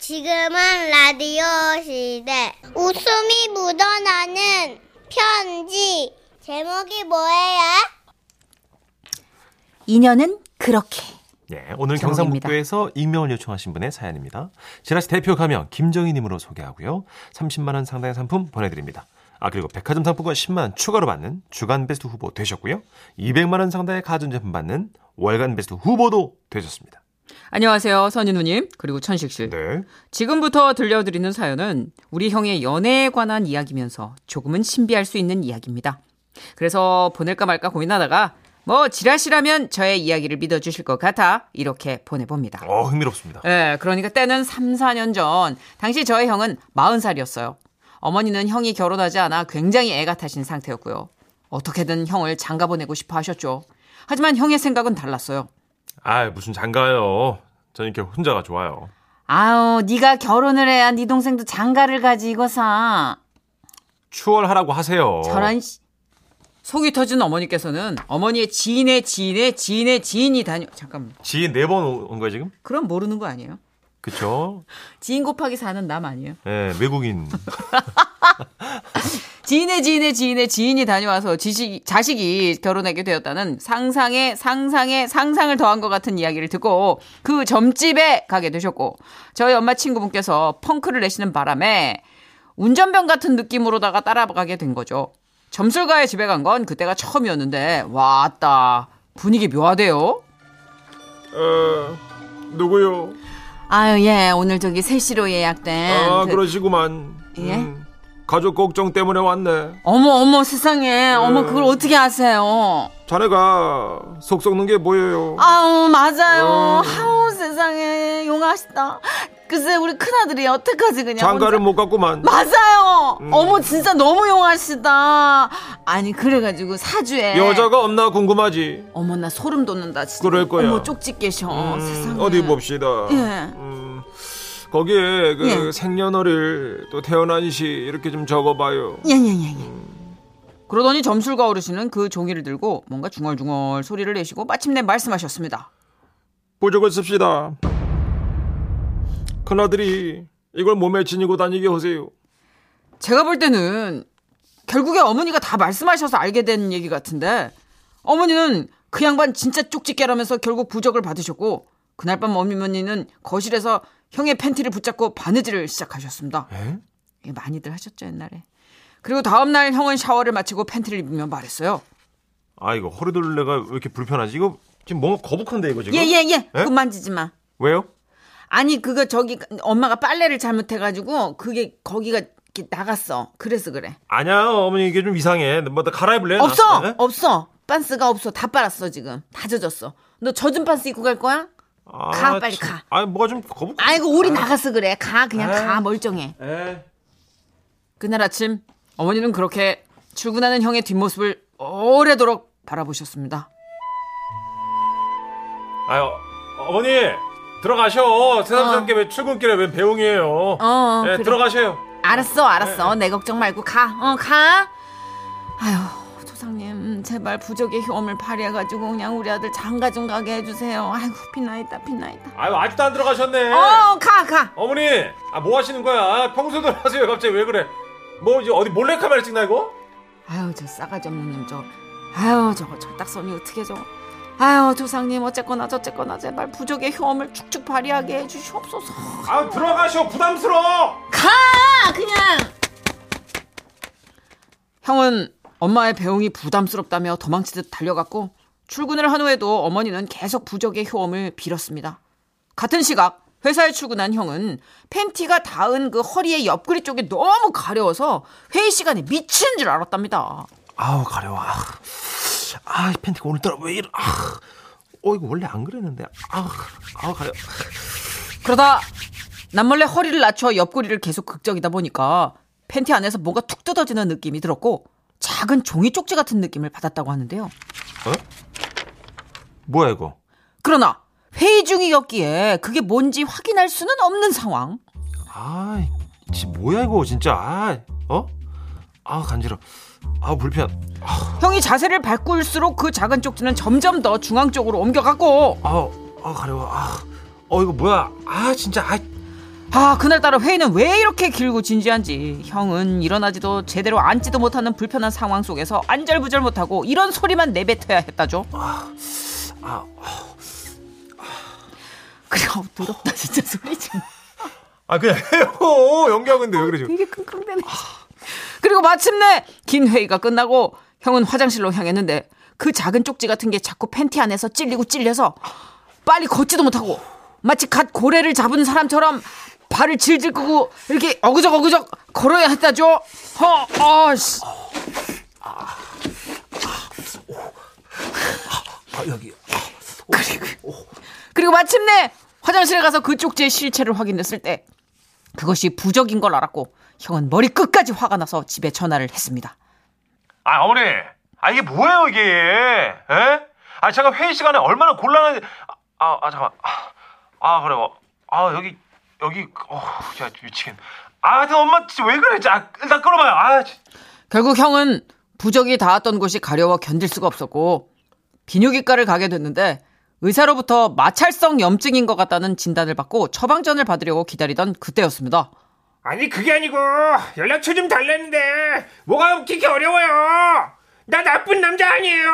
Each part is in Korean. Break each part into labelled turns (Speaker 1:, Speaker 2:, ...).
Speaker 1: 지금은 라디오 시대. 웃음이 묻어나는 편지. 제목이 뭐예요?
Speaker 2: 인연은 그렇게.
Speaker 3: 예, 오늘
Speaker 2: 제목입니다.
Speaker 3: 경상북도에서 익명을 요청하신 분의 사연입니다. 지라시 대표 가명 김정희님으로 소개하고요. 30만 원 상당의 상품 보내드립니다. 아 그리고 백화점 상품권 10만 원 추가로 받는 주간 베스트 후보 되셨고요. 200만 원 상당의 가전제품 받는 월간 베스트 후보도 되셨습니다.
Speaker 4: 안녕하세요, 선인우님 그리고 천식 씨.
Speaker 3: 네,
Speaker 4: 지금부터 들려드리는 사연은 우리 형의 연애에 관한 이야기면서 조금은 신비할 수 있는 이야기입니다. 그래서 보낼까 말까 고민하다가 뭐 지라시라면 저의 이야기를 믿어주실 것 같아 이렇게 보내봅니다.
Speaker 3: 어 흥미롭습니다.
Speaker 4: 예, 그러니까 때는 3, 4년 전 당시 저의 형은 40살이었어요. 어머니는 형이 결혼하지 않아 굉장히 애가 타신 상태였고요. 어떻게든 형을 장가 보내고 싶어 하셨죠. 하지만 형의 생각은 달랐어요.
Speaker 3: 아 무슨 장가요? 저는 이렇게 혼자가 좋아요.
Speaker 4: 아우, 네가 결혼을 해야 네 동생도 장가를 가지 이거사.
Speaker 3: 추월하라고 하세요.
Speaker 4: 저런 씨. 어. 속이 터진 어머니께서는 어머니의 지인의 지인의 지인의 지인이 다녀. 잠깐만.
Speaker 3: 지인 네 번 온 거예요 지금?
Speaker 4: 그럼 모르는 거 아니에요?
Speaker 3: 그쵸?
Speaker 4: 지인 곱하기 사는남 아니에요?
Speaker 3: 예, 외국인.
Speaker 4: 지인의 지인의 지인의 지인이 다녀와서 지식, 자식이 결혼하게 되었다는 상상에 상상에 상상을 더한 것 같은 이야기를 듣고 그 점집에 가게 되셨고 저희 엄마 친구분께서 펑크를 내시는 바람에 운전병 같은 느낌으로다가 따라가게 된 거죠. 점술가의 집에 간 건 그때가 처음이었는데 왔다 분위기 묘하대요.
Speaker 3: 어, 누구요?
Speaker 4: 아유 예 오늘 저기 3시로 예약된
Speaker 3: 아,
Speaker 4: 그-
Speaker 3: 그... 러시구만 음.
Speaker 4: 예?
Speaker 3: 가족 걱정 때문에 왔네.
Speaker 4: 어머 어머 세상에 어머 그걸 어떻게 아세요?
Speaker 3: 자네가 속 썩는 게 보여요.
Speaker 4: 아우
Speaker 3: 어.
Speaker 4: 맞아요. 아우 세상에 용하시다. 글쎄 우리 큰 아들이 여태까지 그냥
Speaker 3: 장가를
Speaker 4: 혼자-
Speaker 3: 못 음. 갔구만.
Speaker 4: 맞아요. 어머 진짜 너무 용하시다. 아니 그래가지고 사주에
Speaker 3: 여자가 없나 궁금하지.
Speaker 4: 어머 나 소름 돋는다 진짜.
Speaker 3: 그럴 거야. 음,
Speaker 4: 어머 쪽지 깨셔. 세상에
Speaker 3: 어디 봅시다.
Speaker 4: 예.
Speaker 3: 음, 거기에 그
Speaker 4: 예.
Speaker 3: 생년월일 또 태어난 시 이렇게 좀 적어봐요.
Speaker 4: 예예예 예. 그러더니 점술가 어르신은 그 종이를 들고 뭔가 중얼중얼 소리를 내시고 마침내 말씀하셨습니다.
Speaker 3: 부적을 씁시다. 큰아들이 이걸 몸에 지니고 다니게 하세요.
Speaker 4: 제가 볼 때는 결국에 어머니가 다 말씀하셔서 알게 된 얘기 같은데 어머니는 그 양반 진짜 쪽집게라면서 결국 부적을 받으셨고 그날 밤 어머니는 거실에서 형의 팬티를 붙잡고 바느질을 시작하셨습니다.
Speaker 3: 에?
Speaker 4: 예, 많이들 하셨죠 옛날에. 그리고 다음날 형은 샤워를 마치고 팬티를 입으며 말했어요.
Speaker 3: 아 이거 허리둘레가 왜 이렇게 불편하지? 이거 지금 뭔가 거북한데 이거 지금?
Speaker 4: 예예예
Speaker 3: 예?
Speaker 4: 그거 만지지 마.
Speaker 3: 왜요?
Speaker 4: 아니 그거 저기 엄마가 빨래를 잘못해가지고 그게 거기가 이렇게 나갔어. 그래서 그래.
Speaker 3: 아니야 어머니 이게 좀 이상해. 뭐나 갈아입을래? 나?
Speaker 4: 없어
Speaker 3: 네?
Speaker 4: 없어 빤스가 없어 다 빨았어 지금 다 젖었어 너 젖은 빤스 입고 갈 거야
Speaker 3: 아,
Speaker 4: 가, 빨리
Speaker 3: 참.
Speaker 4: 가.
Speaker 3: 아 뭐가 좀 거북.
Speaker 4: 아이고 오리 나가서 그래 가 그냥
Speaker 3: 아.
Speaker 4: 가 멀쩡해
Speaker 3: 에.
Speaker 4: 그날 아침 어머니는 그렇게 출근하는 형의 뒷모습을 오래도록 바라보셨습니다
Speaker 3: 아유 어머니 들어가셔. 새삼스럽게 왜 출근길에 왜 배웅이에요?
Speaker 4: 어,
Speaker 3: 예,
Speaker 4: 그래.
Speaker 3: 들어가셔요.
Speaker 4: 알았어 알았어 내 걱정 말고 가 어 가 아휴 조상님 음, 제발 부적의 효험을 발휘해가지고 그냥 우리 아들 장가 좀 가게 해주세요 아이고 피나있다 피나있다
Speaker 3: 아유 아직도 안 들어가셨네.
Speaker 4: 어가가
Speaker 3: 어머니 아 뭐 하시는 거야? 평소대로 하세요. 갑자기 왜 그래? 뭐 이제 어디 몰래 카메라 찍나 이거?
Speaker 4: 아유 저 싸가지 없는 놈 저. 아유 저거 철딱선이 어떻게 저거. 아유 조상님 어쨌거나 저쨌거나 제발 부족의 효험을 축축 발휘하게 해주시옵소서.
Speaker 3: 아 들어가셔 부담스러워.
Speaker 4: 아 그냥. 형은 엄마의 배웅이 부담스럽다며 도망치듯 달려갔고 출근을 한 후에도 어머니는 계속 부적의 효험을 빌었습니다. 같은 시각 회사에 출근한 형은 팬티가 닿은 그 허리의 옆구리 쪽이 너무 가려워서 회의 시간에 미친 줄 알았답니다.
Speaker 3: 아우 가려워. 아, 아 팬티가 오늘따라 왜 이래? 아, 어 이거 원래 안 그랬는데. 아, 아 가려.
Speaker 4: 그러다 남몰래 허리를 낮춰 옆구리를 계속 극적이다 보니까 팬티 안에서 뭐가 툭 뜯어지는 느낌이 들었고 작은 종이 쪽지 같은 느낌을 받았다고 하는데요.
Speaker 3: 뭐야 이거?
Speaker 4: 그러나 회의 중이었기에 그게 뭔지 확인할 수는 없는 상황.
Speaker 3: 아, 지 뭐야 이거 진짜. 아, 어? 아 간지러. 아 불편.
Speaker 4: 형이 자세를 바꿀수록 그 작은 쪽지는 점점 더 중앙 쪽으로 옮겨갔고
Speaker 3: 아, 아 가려워. 아, 어 이거 뭐야? 아 진짜. 아,
Speaker 4: 아, 그날따라 회의는 왜 이렇게 길고 진지한지. 형은 일어나지도 제대로 앉지도 못하는 불편한 상황 속에서 안절부절 못하고 이런 소리만 내뱉어야 했다죠. 그래, 어우, 더럽다, 진짜 소리 좀.
Speaker 3: 아 그냥 해요. 연기하고 있는데 왜 그러죠?
Speaker 4: 되게 끙끙대네. 그리고 마침내 긴 회의가 끝나고 형은 화장실로 향했는데 그 작은 쪽지 같은 게 자꾸 팬티 안에서 찔리고 찔려서 빨리 걷지도 못하고 마치 갓 고래를 잡은 사람처럼 발을 질질 끄고 이렇게 어그적 어그적 걸어야 했다죠. 허, 아씨.
Speaker 3: 아 여기.
Speaker 4: 그리고 그리고 마침내 화장실에 가서 그 쪽지의 실체를 확인했을 때 그것이 부적인 걸 알았고 형은 머리 끝까지 화가 나서 집에 전화를 했습니다.
Speaker 3: 아 어머니, 아 이게 뭐예요 이게? 에? 아 제가 회의 시간에 얼마나 곤란한지. 아, 아 잠깐. 아, 아 그래. 어, 아 여기 여기. 어, 야 미치겠. 아, 하여튼 엄마 진짜 왜 그래? 아, 일단 끌어봐요. 아, 진-
Speaker 4: 결국 형은 부적이 닿았던 곳이 가려워 견딜 수가 없었고 비뇨기과를 가게 됐는데 의사로부터 마찰성 염증인 것 같다는 진단을 받고 처방전을 받으려고 기다리던 그때였습니다.
Speaker 2: 아니 그게 아니고 연락처 좀 달라는데 뭐가 그렇게 어려워요 나 나쁜 남자 아니에요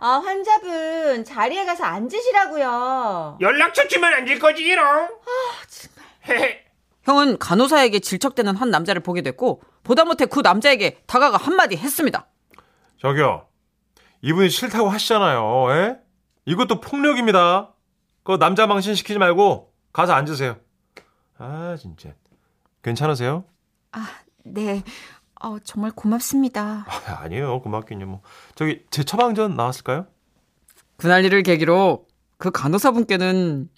Speaker 5: 아, 환자분 자리에 가서 앉으시라고요.
Speaker 2: 연락처 주면 안 될 거지 이롱 아 정말 헤헤
Speaker 4: 형은 간호사에게 질척대는 한 남자를 보게 됐고 보다 못해 그 남자에게 다가가 한마디 했습니다.
Speaker 3: 저기요. 이분이 싫다고 하시잖아요. 에? 이것도 폭력입니다. 그 남자 망신 시키지 말고 가서 앉으세요. 아, 진짜. 괜찮으세요?
Speaker 5: 네. 어, 정말 고맙습니다.
Speaker 3: 아, 아니에요. 고맙긴요. 뭐. 저기 제 처방전 나왔을까요?
Speaker 4: 그날 일을 계기로 그 간호사분께는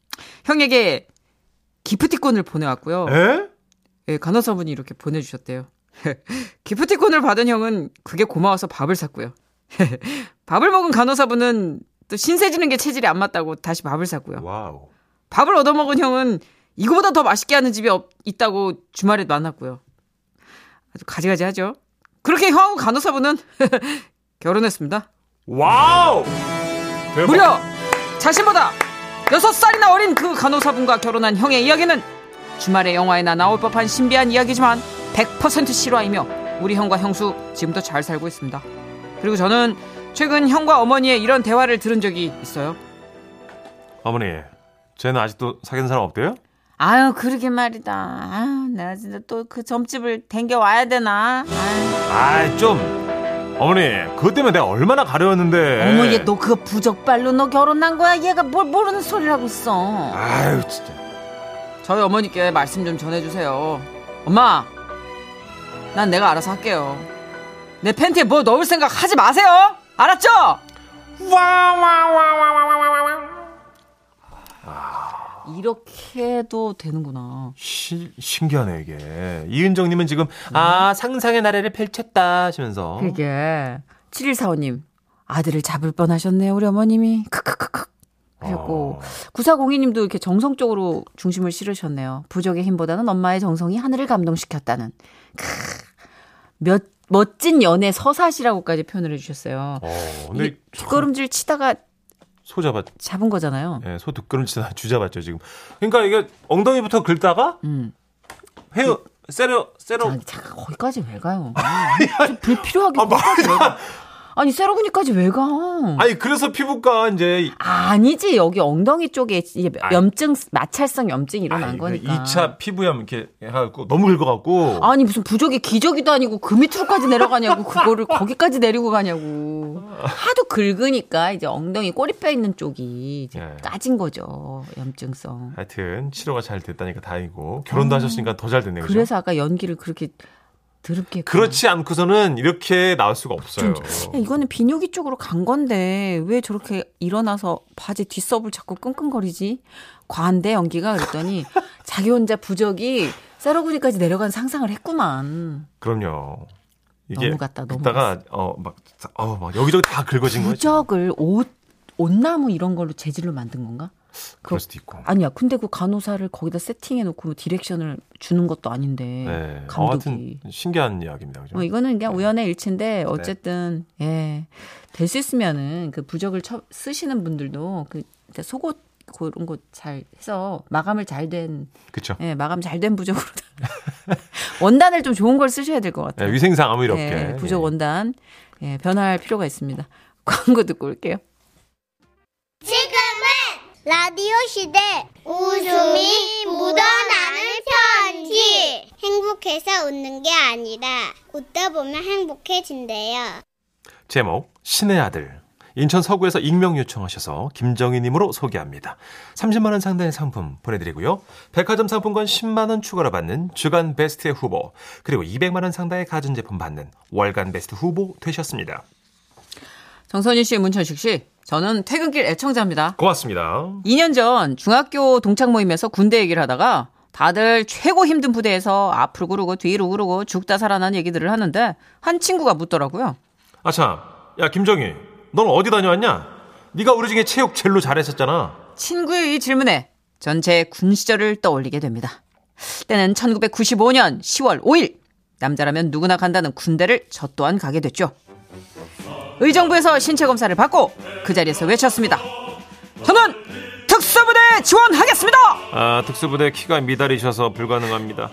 Speaker 4: 형에게 기프티콘을 보내왔고요.
Speaker 3: 에?
Speaker 4: 예, 간호사분이 이렇게 보내주셨대요. 기프티콘을 받은 형은 그게 고마워서 밥을 샀고요. 밥을 먹은 간호사분은 또 신세 지는 게 체질이 안 맞다고 다시 밥을 샀고요.
Speaker 3: 와우.
Speaker 4: 밥을 얻어먹은 형은 이거보다 더 맛있게 하는 집이 없, 있다고 주말에 만났고요. 아주 가지가지 하죠. 그렇게 형하고 간호사분은 결혼했습니다.
Speaker 3: 와우! 대박.
Speaker 4: 무려 자신보다 6살이나 어린 그 간호사분과 결혼한 형의 이야기는 주말에 영화에나 나올 법한 신비한 이야기지만 100% 실화이며 우리 형과 형수 지금도 잘 살고 있습니다. 그리고 저는 최근 형과 어머니의 이런 대화를 들은 적이 있어요.
Speaker 3: 어머니, 쟤는 아직도 사귄 사람 없대요?
Speaker 4: 아유 그러게 말이다. 아유 나 진짜 또 그 점집을 댕겨 와야 되나?
Speaker 3: 아, 좀. 어머니, 그것 때문에 내가 얼마나 가려웠는데.
Speaker 4: 어머 얘 너 그거 부적발로 너 결혼한 거야? 얘가 뭘 모르는 소리를 하고 있어.
Speaker 3: 아유, 진짜.
Speaker 4: 저희 어머니께 말씀 좀 전해주세요. 엄마, 난 내가 알아서 할게요. 내 팬티에 뭐 넣을 생각 하지 마세요. 알았죠?
Speaker 2: 와와와와와와와
Speaker 4: 이렇게 해도 되는구나.
Speaker 3: 시- 신기하네 이게 이은정님은 지금 아 상상의 나래를 펼쳤다 하시면서
Speaker 4: 그게 7145님 아들을 잡을 뻔하셨네요 우리 어머님이 크크크크 그리고
Speaker 3: 어.
Speaker 4: 9402님도 이렇게 정성적으로 중심을 실으셨네요 부적의 힘보다는 엄마의 정성이 하늘을 감동시켰다는 크, 몇 멋진 연애 서사시라고까지 표현을 해주셨어요
Speaker 3: 어, 근데
Speaker 4: 이게 뒷걸음질 치다가
Speaker 3: 소 잡았
Speaker 4: 잡은 거잖아요.
Speaker 3: 예, 소 뒷걸음치다 주 잡았죠 지금 그러니까 이게 엉덩이부터 긁다가
Speaker 4: 음.
Speaker 3: 헤어 세려 세려
Speaker 5: 아니, 잠깐 거기까지 왜 가요? 좀
Speaker 3: 아,
Speaker 5: 불필요하게 거기까지 왜 가? 아니, 세러구니까지 왜 가?
Speaker 3: 아니 그래서 피부과 이제
Speaker 5: 아니지. 여기 엉덩이 쪽에 이제 염증 마찰성 염증이 일어난
Speaker 3: 아니, 그
Speaker 5: 거니까.
Speaker 3: 2차 피부염 이렇게 해갖고 너무 긁어갖고
Speaker 5: 아니 무슨 부족이 기적이도 아니고 그 밑으로까지 내려가냐고 그거를 거기까지 내리고 가냐고 하도 긁으니까 이제 엉덩이 꼬리뼈 있는 쪽이 이제
Speaker 3: 예.
Speaker 5: 까진 거죠 염증성
Speaker 3: 하여튼 치료가 잘 됐다니까 다행이고 결혼도 하셨으니까 더 잘 됐네요 그죠?
Speaker 5: 음.
Speaker 3: 그렇죠.
Speaker 5: 그래서 아까 연기를 그렇게 더럽게 했구나.
Speaker 3: 그렇지 않고서는 이렇게 나올 수가 없어요 예.
Speaker 5: 야, 이거는 비뇨기 쪽으로 간 건데 왜 저렇게 일어나서 바지 뒷섭을 자꾸 끙끙거리지? 과한데 연기가 그랬더니 자기 혼자 부적이 세러구니까지 내려간 상상을 했구만.
Speaker 3: 그럼요 이게
Speaker 5: 너무 갔다 너무 갔다.
Speaker 3: 그다가 어막어막 여기저기 다 긁어진 거예요 지금.
Speaker 5: 부적을 옷 옷나무 이런 걸로 재질로 만든 건가?
Speaker 3: 그럴 수도 있고
Speaker 5: 아니야. 근데 그 간호사를 거기다 세팅해 놓고 뭐 디렉션을 주는 것도 아닌데
Speaker 3: 네. 어, 하여튼 네.
Speaker 5: 감독이.
Speaker 3: 신기한 이야기입니다. 그죠?
Speaker 4: 뭐
Speaker 5: 어, 이거는 그냥 우연의 일치인데 어쨌든 예. 될 수 있으면은 그 부적을 처- 쓰시는 분들도 그 속옷
Speaker 4: 그런 거 잘 해서 마감을 잘 된
Speaker 2: 그쵸.
Speaker 4: 예, 마감 잘 된 부적으로 원단을 좀 좋은 걸 쓰셔야 될 것
Speaker 2: 예,
Speaker 5: 네.
Speaker 3: 네,
Speaker 4: 같아요.
Speaker 2: 위생상 아무 일 없게.
Speaker 4: 예, 부적
Speaker 2: 예.
Speaker 4: 원단 예, 변화할 필요가 있습니다. 광고 듣고 올게요.
Speaker 1: 지금은 라디오 시대 웃음이 묻어나는 편지 행복해서 웃는 게 아니라 웃다 보면 행복해진대요
Speaker 2: 제목 신의 아들 인천 서구에서 익명 요청하셔서 김정희님으로 소개합니다. 30만 원 상당의 상품 보내드리고요. 백화점 상품권 10만 원 추가로 받는 주간 베스트 후보 그리고 200만 원 상당의 가전제품 받는 월간 베스트 후보 되셨습니다.
Speaker 4: 정선희 씨, 문천식 씨, 저는 퇴근길 애청자입니다.
Speaker 2: 고맙습니다.
Speaker 4: 2년 전 중학교 동창 모임에서 군대 얘기를 하다가 다들 최고 힘든 부대에서 앞으로 구르고 뒤로 구르고 죽다 살아난 얘기들을 하는데 한 친구가 묻더라고요.
Speaker 2: 아참, 야 김정희, 넌 어디 다녀왔냐? 네가 우리 중에 체육 젤로 잘했었잖아.
Speaker 4: 친구의 이 질문에 전 제 군 시절을 떠올리게 됩니다. 때는 1995년 10월 5일 남자라면 누구나 간다는 군대를 저 또한 가게 됐죠. 의정부에서 신체 검사를 받고 그 자리에서 외쳤습니다. 저는 특수부대 지원하겠습니다.
Speaker 2: 아 특수부대 키가 미달이셔서 불가능합니다.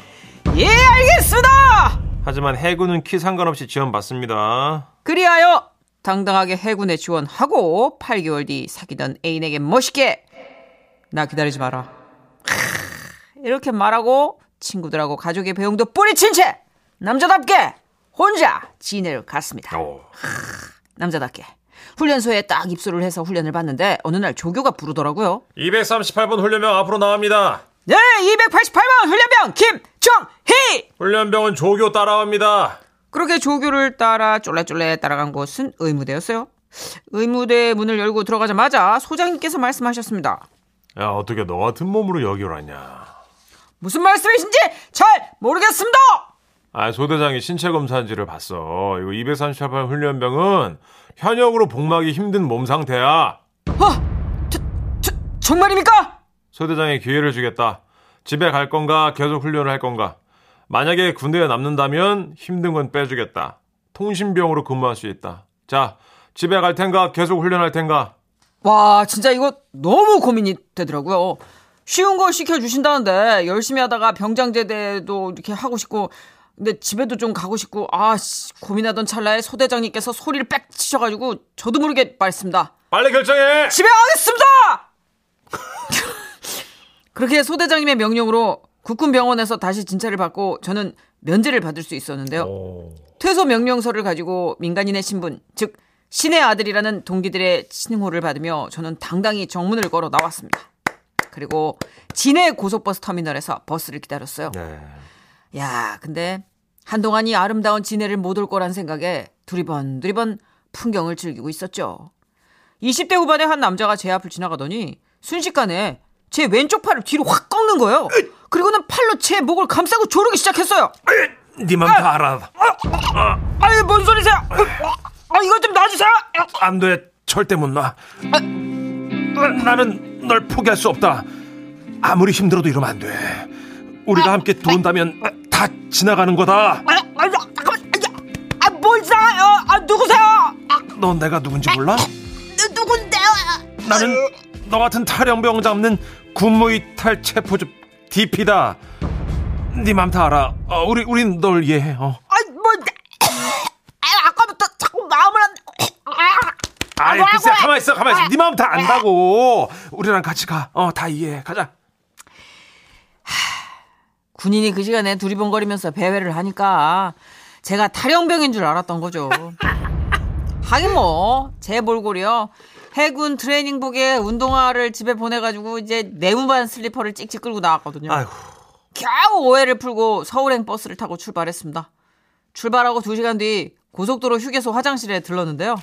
Speaker 4: 예, 알겠습니다.
Speaker 2: 하지만 해군은 키 상관없이 지원받습니다.
Speaker 4: 그리하여 당당하게 해군에 지원하고 8개월 뒤 사귀던 애인에게 멋있게 나 기다리지 마라. 크으, 이렇게 말하고 친구들하고 가족의 배웅도 뿌리친 채 남자답게 혼자 진해를 갔습니다.
Speaker 2: 오.
Speaker 4: 남자답게. 훈련소에 딱 입소를 해서 훈련을 받는데 어느 날 조교가 부르더라고요.
Speaker 2: 238번 훈련병 앞으로 나옵니다.
Speaker 4: 네, 288번 훈련병 김정희!
Speaker 2: 훈련병은 조교 따라옵니다.
Speaker 4: 그렇게 조교를 따라 쫄래쫄래 따라간 곳은 의무대였어요. 의무대 문을 열고 들어가자마자 소장님께서 말씀하셨습니다.
Speaker 2: 야, 어떻게 너 같은 몸으로 여기 오라냐.
Speaker 4: 무슨 말씀이신지 잘 모르겠습니다.
Speaker 2: 아, 소대장이 신체 검사한지를 봤어. 이거 238번 훈련병은 현역으로 복막이 힘든 몸 상태야.
Speaker 4: 정말입니까?
Speaker 2: 소대장이 기회를 주겠다. 집에 갈 건가 계속 훈련을 할 건가. 만약에 군대에 남는다면 힘든 건 빼주겠다. 통신병으로 근무할 수 있다. 자, 집에 갈 텐가 계속 훈련할 텐가.
Speaker 4: 와, 진짜 이거 너무 고민이 되더라고요. 쉬운 거 시켜주신다는데 열심히 하다가 병장제대도 이렇게 하고 싶고 근데 집에도 좀 가고 싶고 아 씨, 고민하던 찰나에 소대장님께서 소리를 빽 치셔가지고 저도 모르게 말했습니다.
Speaker 2: 빨리 결정해!
Speaker 4: 집에 가겠습니다! 그렇게 소대장님의 명령으로 국군병원에서 다시 진찰을 받고 저는 면제를 받을 수 있었는데요. 퇴소 명령서를 가지고 민간인의 신분, 즉 신의 아들이라는 동기들의 신호를 받으며 저는 당당히 정문을 걸어 나왔습니다. 그리고 진해 고속버스 터미널에서 버스를 기다렸어요.
Speaker 2: 네.
Speaker 4: 야, 근데 한동안 이 아름다운 진해를 못 올 거란 생각에 두리번 두리번 풍경을 즐기고 있었죠. 20대 후반의 한 남자가 제 앞을 지나가더니 순식간에 제 왼쪽 팔을 뒤로 확 꺾는 거예요. 그리고는 팔로 제 목을 감싸고 조르기 시작했어요.
Speaker 6: 니만
Speaker 2: 아!
Speaker 6: 봐라.
Speaker 4: 아유, 뭔 소리세요? 아, 이거 좀 놔주세요.
Speaker 6: 안 돼. 절대 못 놔. 나- 나는 널 포기할 수 없다. 아무리 힘들어도 이러면 안 돼. 우리가
Speaker 2: 아,
Speaker 6: 함께 돈다면 다 지나가는 거다.
Speaker 4: 아, 아, 잠깐만. 아, 뭘 싸요? 아, 누구세요? 아,
Speaker 6: 넌 내가 누군지 몰라? 누군데요? 나는 너 같은 탈영병 잡는 군무이탈 체포집 DP다. 네 맘 다 알아. 어, 우리 우린 널 이해해. 어.
Speaker 4: 아, 뭐, 아, 아까부터 자꾸 마음을 안.
Speaker 6: 아이 비싸 가만 있어 가만 있어. 네 마음 다 안다고. 우리랑 같이 가. 어 다 이해해. 가자.
Speaker 4: 군인이 그 시간에 두리번거리면서 배회를 하니까 제가 탈영병인 줄 알았던 거죠. 하긴 뭐, 제 몰골이요. 해군 트레이닝복에 운동화를 집에 보내가지고 이제 네모반 슬리퍼를 찍찍 끌고 나왔거든요.
Speaker 2: 아휴.
Speaker 4: 겨우 오해를 풀고 서울행 버스를 타고 출발했습니다. 출발하고 두시간뒤 고속도로 휴게소 화장실에 들렀는데요.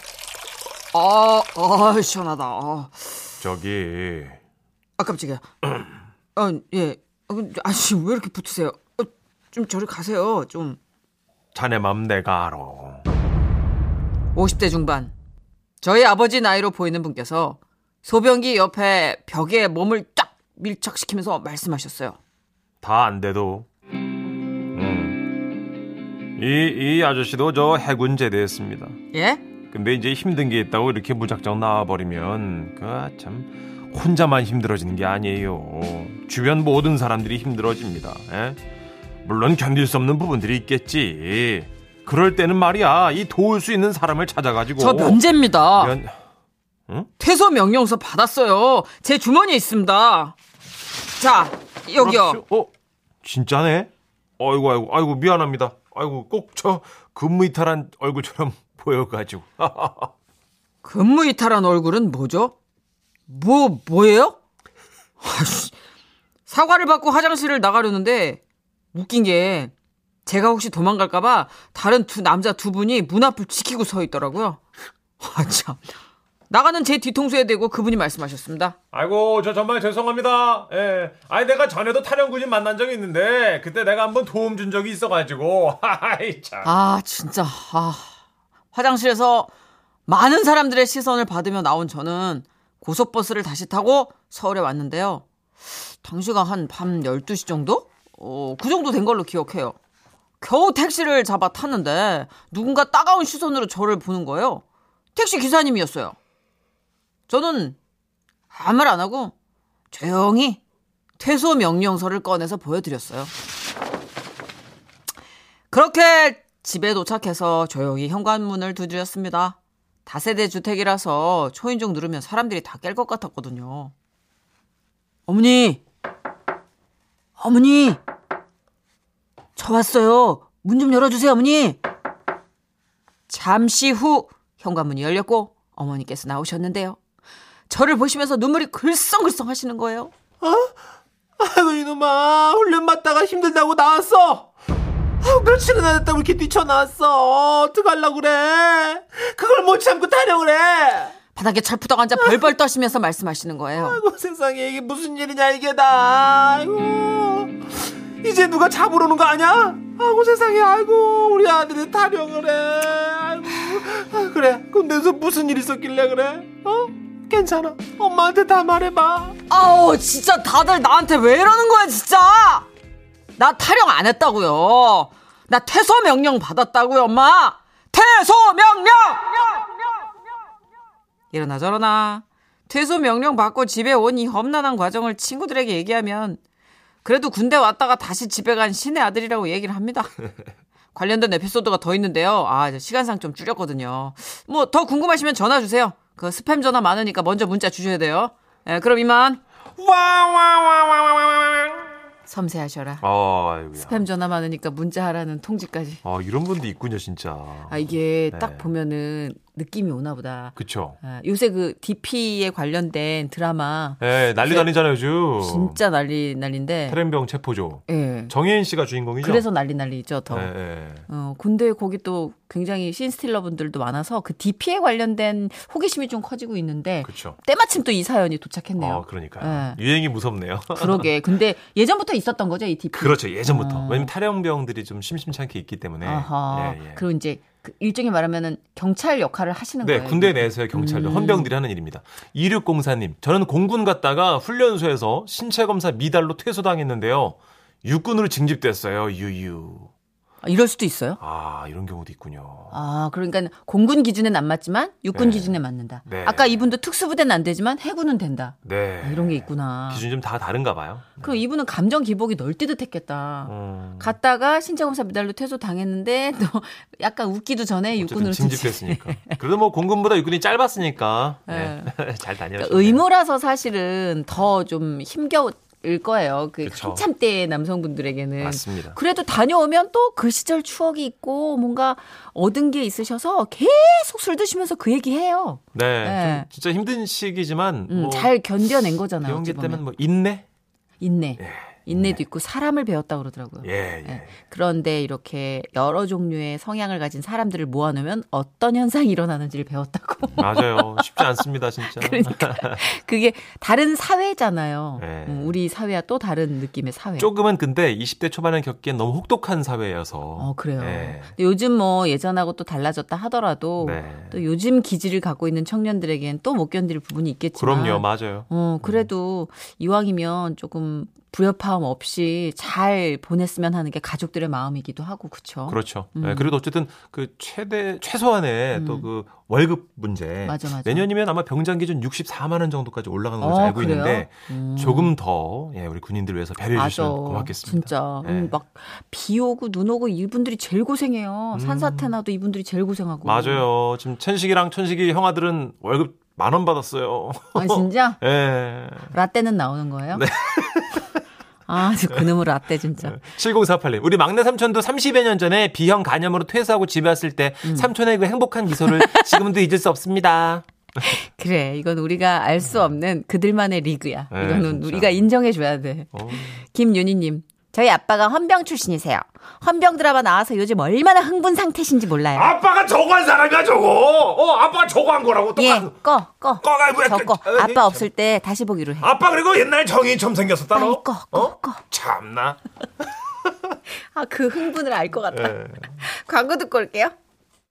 Speaker 4: 아, 아 시원하다. 아.
Speaker 2: 저기,
Speaker 4: 아 깜짝이야. 아 예. 아, 근데 아저씨 왜 이렇게 붙으세요? 어, 좀 저리 가세요. 좀
Speaker 2: 자네 맘 내가 알아.
Speaker 4: 50대 중반. 저희 아버지 나이로 보이는 분께서 소변기 옆에 벽에 몸을 쫙 밀착시키면서 말씀하셨어요.
Speaker 2: 다 안 돼도. 음. 이, 이 아저씨도 저 해군 제대했습니다.
Speaker 4: 예?
Speaker 2: 근데 이제 힘든 게 있다고 이렇게 무작정 나와버리면, 그, 참,
Speaker 3: 혼자만 힘들어지는 게 아니에요. 주변 모든 사람들이 힘들어집니다. 예? 물론 견딜 수 없는 부분들이 있겠지. 그럴 때는 말이야, 이 도울 수 있는 사람을 찾아가지고.
Speaker 4: 저 면제입니다.
Speaker 3: 어? 면-
Speaker 4: 퇴소 명령서 받았어요. 제 주머니에 있습니다. 자, 여기요.
Speaker 3: 어? 진짜네? 아이고 아이고 아이고 미안합니다. 아이고 꼭 저 근무 이탈한 얼굴처럼 보여가지고.
Speaker 4: 근무 이탈한 얼굴은 뭐죠? 뭐, 뭐예요? 아이씨, 사과를 받고 화장실을 나가려는데, 웃긴 게, 제가 혹시 도망갈까봐 다른 두 남자 두 분이 문 앞을 지키고 서 있더라고요. 아, 참. 나가는 제 뒤통수에 대고 그분이 말씀하셨습니다.
Speaker 2: 아이고 저 정말 죄송합니다. 예. 아니 내가 전에도 탈영군인 만난 적이 있는데 그때 내가 한번 도움 준 적이 있어가지고 하하이 참.
Speaker 4: 아, 진짜. 아. 화장실에서 많은 사람들의 시선을 받으며 나온 저는 고속버스를 다시 타고 서울에 왔는데요. 당시가 한 밤 12시 정도? 어, 그 정도 된 걸로 기억해요. 겨우 택시를 잡아 탔는데 누군가 따가운 시선으로 저를 보는 거예요. 택시 기사님이었어요. 저는 아무 말 안 하고 조용히 퇴소 명령서를 꺼내서 보여드렸어요. 그렇게 집에 도착해서 조용히 현관문을 두드렸습니다. 다세대 주택이라서 초인종 누르면 사람들이 다 깰 것 같았거든요. 어머니! 어머니! 저 왔어요. 문 좀 열어주세요, 어머니! 잠시 후 현관문이 열렸고 어머니께서 나오셨는데요. 저를 보시면서 눈물이 글썽글썽 하시는 거예요.
Speaker 3: 아이고 이놈아 훈련 받다가 힘들다고 나왔어. 아, 며칠은 안 했다고 이렇게 뛰쳐나왔어. 어떡하려고 그래. 그걸 못 참고 타령을 해.
Speaker 4: 바닥에 철푸덕 앉아 벌벌 떠시면서 말씀하시는 거예요.
Speaker 3: 아이고 세상에 이게 무슨 일이냐 이게 다. 아이고 이제 누가 잡으러 오는 거 아니야? 아이고 세상에 아이고 우리 아들이 타령을 해. 아이고 아, 그래 그럼 내서 무슨 일 있었길래 그래? 어? 괜찮아 어, 엄마한테 다 말해봐.
Speaker 4: 아우 진짜 다들 나한테 왜 이러는 거야 진짜 나 타령 안 했다고요 나 퇴소 명령 받았다고요 엄마 퇴소 명령 이러나 저러나 퇴소 명령 받고 집에 온 이 험난한 과정을 친구들에게 얘기하면 그래도 군대 왔다가 다시 집에 간 신의 아들이라고 얘기를 합니다 관련된 에피소드가 더 있는데요 아 이제 시간상 좀 줄였거든요 뭐 더 궁금하시면 전화 주세요 그 스팸 전화 많으니까 먼저 문자 주셔야 돼요 예 그럼 이만 섬세하셔라.
Speaker 3: 아이고야.
Speaker 5: 스팸 전화 많으니까 문자 하라는 통지까지.
Speaker 3: 아 이런 분도 있군요 진짜.
Speaker 5: 아 이게
Speaker 3: 네.
Speaker 5: 딱 보면은 느낌이 오나 보다.
Speaker 3: 그쵸.
Speaker 5: 아, 요새 그 DP에 관련된 드라마
Speaker 3: 예 난리 난리잖아요 요즘.
Speaker 5: 진짜 난리 난리인데.
Speaker 3: 태릉병 체포죠.
Speaker 5: 예.
Speaker 3: 정혜인 씨가 주인공이죠.
Speaker 5: 그래서 난리 난리죠 더.
Speaker 3: 예, 예.
Speaker 5: 어, 군대 거기 또 굉장히 신스틸러 분들도 많아서 그 DP에 관련된 호기심이 좀 커지고 있는데
Speaker 3: 그쵸.
Speaker 5: 때마침 또 이 사연이 도착했네요.
Speaker 3: 아 그러니까 요 유행이 무섭네요.
Speaker 5: 그러게. 근데 예전부터 있었던 거죠, 이 DP.
Speaker 3: 그렇죠 예전부터
Speaker 5: 아.
Speaker 3: 왜냐면 탈영병들이 좀 심심찮게 있기 때문에
Speaker 5: 네. 아하.
Speaker 3: 예, 예.
Speaker 5: 그리고 이제 그 일종의 말하면은 경찰 역할을 하시는
Speaker 3: 네
Speaker 5: 거예요.
Speaker 3: 군대 내에서의 경찰들
Speaker 5: 아, 음.
Speaker 3: 헌병들이 하는 일입니다 2604님 저는 공군 갔다가 훈련소에서 신체검사 미달로 퇴소당했는데요 육군으로 징집됐어요 유유
Speaker 5: 아, 이럴 수도 있어요.
Speaker 3: 아 이런 경우도 있군요
Speaker 5: 아, 그러니까 공군 기준엔 안 맞지만 육군
Speaker 3: 네.
Speaker 5: 기준에 맞는다.
Speaker 3: 네.
Speaker 5: 아까 이분도 특수부대는 안 되지만 해군은 된다.
Speaker 3: 네
Speaker 5: 아, 이런 게 있구나.
Speaker 3: 기준이 좀 다 다른가 봐요
Speaker 5: 그럼 이분은 감정 기복이 널뛰듯했겠다.
Speaker 3: 음,
Speaker 5: 갔다가 신체검사 미달로 퇴소 당했는데 또 약간 웃기도 전에
Speaker 3: 어쨌든
Speaker 5: 육군으로
Speaker 3: 징집됐으니까 그래도 뭐 공군보다 육군이 짧았으니까 네.
Speaker 5: 그러니까
Speaker 3: 잘 다녀오셨네요
Speaker 5: 의무라서 사실은 더 좀 힘겨울 거예요. 그
Speaker 3: 그쵸.
Speaker 5: 한참 때의 남성분들에게는.
Speaker 3: 맞습니다
Speaker 5: 그래도 다녀오면 또 그 시절 추억이 있고 뭔가 얻은 게 있으셔서 계속 술 드시면서 그 얘기 해요.
Speaker 3: 네,
Speaker 5: 네.
Speaker 3: 좀 진짜 힘든 시기지만
Speaker 5: 음,
Speaker 3: 뭐
Speaker 5: 잘 견뎌낸 거잖아요.
Speaker 3: 이런 게
Speaker 5: 어찌 보면.
Speaker 3: 때문에 뭐 인내
Speaker 5: 인내. 인내도 있고 사람을 배웠다 그러더라고요. 예.
Speaker 3: 예, 예.
Speaker 5: 그런데 이렇게 여러 종류의 성향을 가진 사람들을 모아놓으면 어떤 현상이 일어나는지를 배웠다고.
Speaker 3: 맞아요. 쉽지 않습니다, 진짜.
Speaker 5: 그러니까 그게 다른 사회잖아요.
Speaker 3: 네.
Speaker 5: 음, 우리 사회와 또 다른 느낌의 사회.
Speaker 3: 조금은 근데 20대 초반에 겪기엔 너무 혹독한 사회여서.
Speaker 5: 어 그래요.
Speaker 3: 네.
Speaker 5: 근데 요즘 뭐 예전하고 또 달라졌다 하더라도
Speaker 3: 네.
Speaker 5: 또 요즘 기질을 갖고 있는 청년들에겐 또 못 견딜 부분이 있겠지만.
Speaker 3: 그럼요, 맞아요.
Speaker 5: 어 그래도 이왕이면 조금 불협화음 없이 잘 보냈으면 하는 게 가족들의 마음이기도 하고 그렇죠.
Speaker 3: 그렇죠. 예, 그리고 어쨌든 그 최대 최소한의 또 그 월급 문제.
Speaker 5: 음. 맞아, 맞아.
Speaker 3: 네. 내년이면 아마 병장 기준 64만 원 정도까지 올라가는 걸로
Speaker 5: 어,
Speaker 3: 알고
Speaker 5: 그래요?
Speaker 3: 있는데
Speaker 5: 음.
Speaker 3: 조금 더 예, 우리 군인들 위해서 배려해 주시면 고맙겠습니다.
Speaker 5: 진짜
Speaker 3: 예.
Speaker 5: 음, 막비 오고 눈 오고 이분들이 제일 고생해요. 산사태 나도 이분들이 제일 고생하고.
Speaker 3: 음. 맞아요. 지금 천식이랑 천식이 형아들은 월급 만 원 받았어요.
Speaker 5: 아 진짜
Speaker 3: 예.
Speaker 5: 라떼는 나오는 거예요?
Speaker 3: 네.
Speaker 5: 아, 저 그놈의 라떼 진짜.
Speaker 3: 7048님, 우리 막내 삼촌도 30여 년 전에 B형 간염으로 퇴사하고 집에 왔을 때
Speaker 5: 음.
Speaker 3: 삼촌의 그 행복한 미소를 지금도 잊을 수 없습니다.
Speaker 5: 그래, 이건 우리가 알 수 없는 그들만의 리그야.
Speaker 3: 네,
Speaker 5: 이거는
Speaker 3: 진짜.
Speaker 5: 우리가 인정해줘야 돼.
Speaker 3: 어.
Speaker 5: 김윤희님. 저희 아빠가 헌병 출신이세요. 헌병 드라마 나와서 요즘 얼마나 흥분 상태신지 몰라요.
Speaker 2: 아빠가 저거 한 사람이야 저거. 어 아빠가 저거 한 거라고.
Speaker 5: 예,
Speaker 2: 똑같은.
Speaker 5: 꺼, 꺼.
Speaker 2: 꺼가 뭐야,
Speaker 5: 저
Speaker 2: 그,
Speaker 5: 꺼.
Speaker 2: 아, 이
Speaker 5: 아빠 없을 때 다시 보기로 해.
Speaker 2: 아빠 그리고 옛날 정이 좀 생겼었다
Speaker 5: 빨리
Speaker 2: 너.
Speaker 5: 꺼, 꺼, 꺼.
Speaker 2: 참나.
Speaker 5: 아, 그 흥분을 알 것 같아.
Speaker 3: 예.
Speaker 5: 광고 듣고 올게요.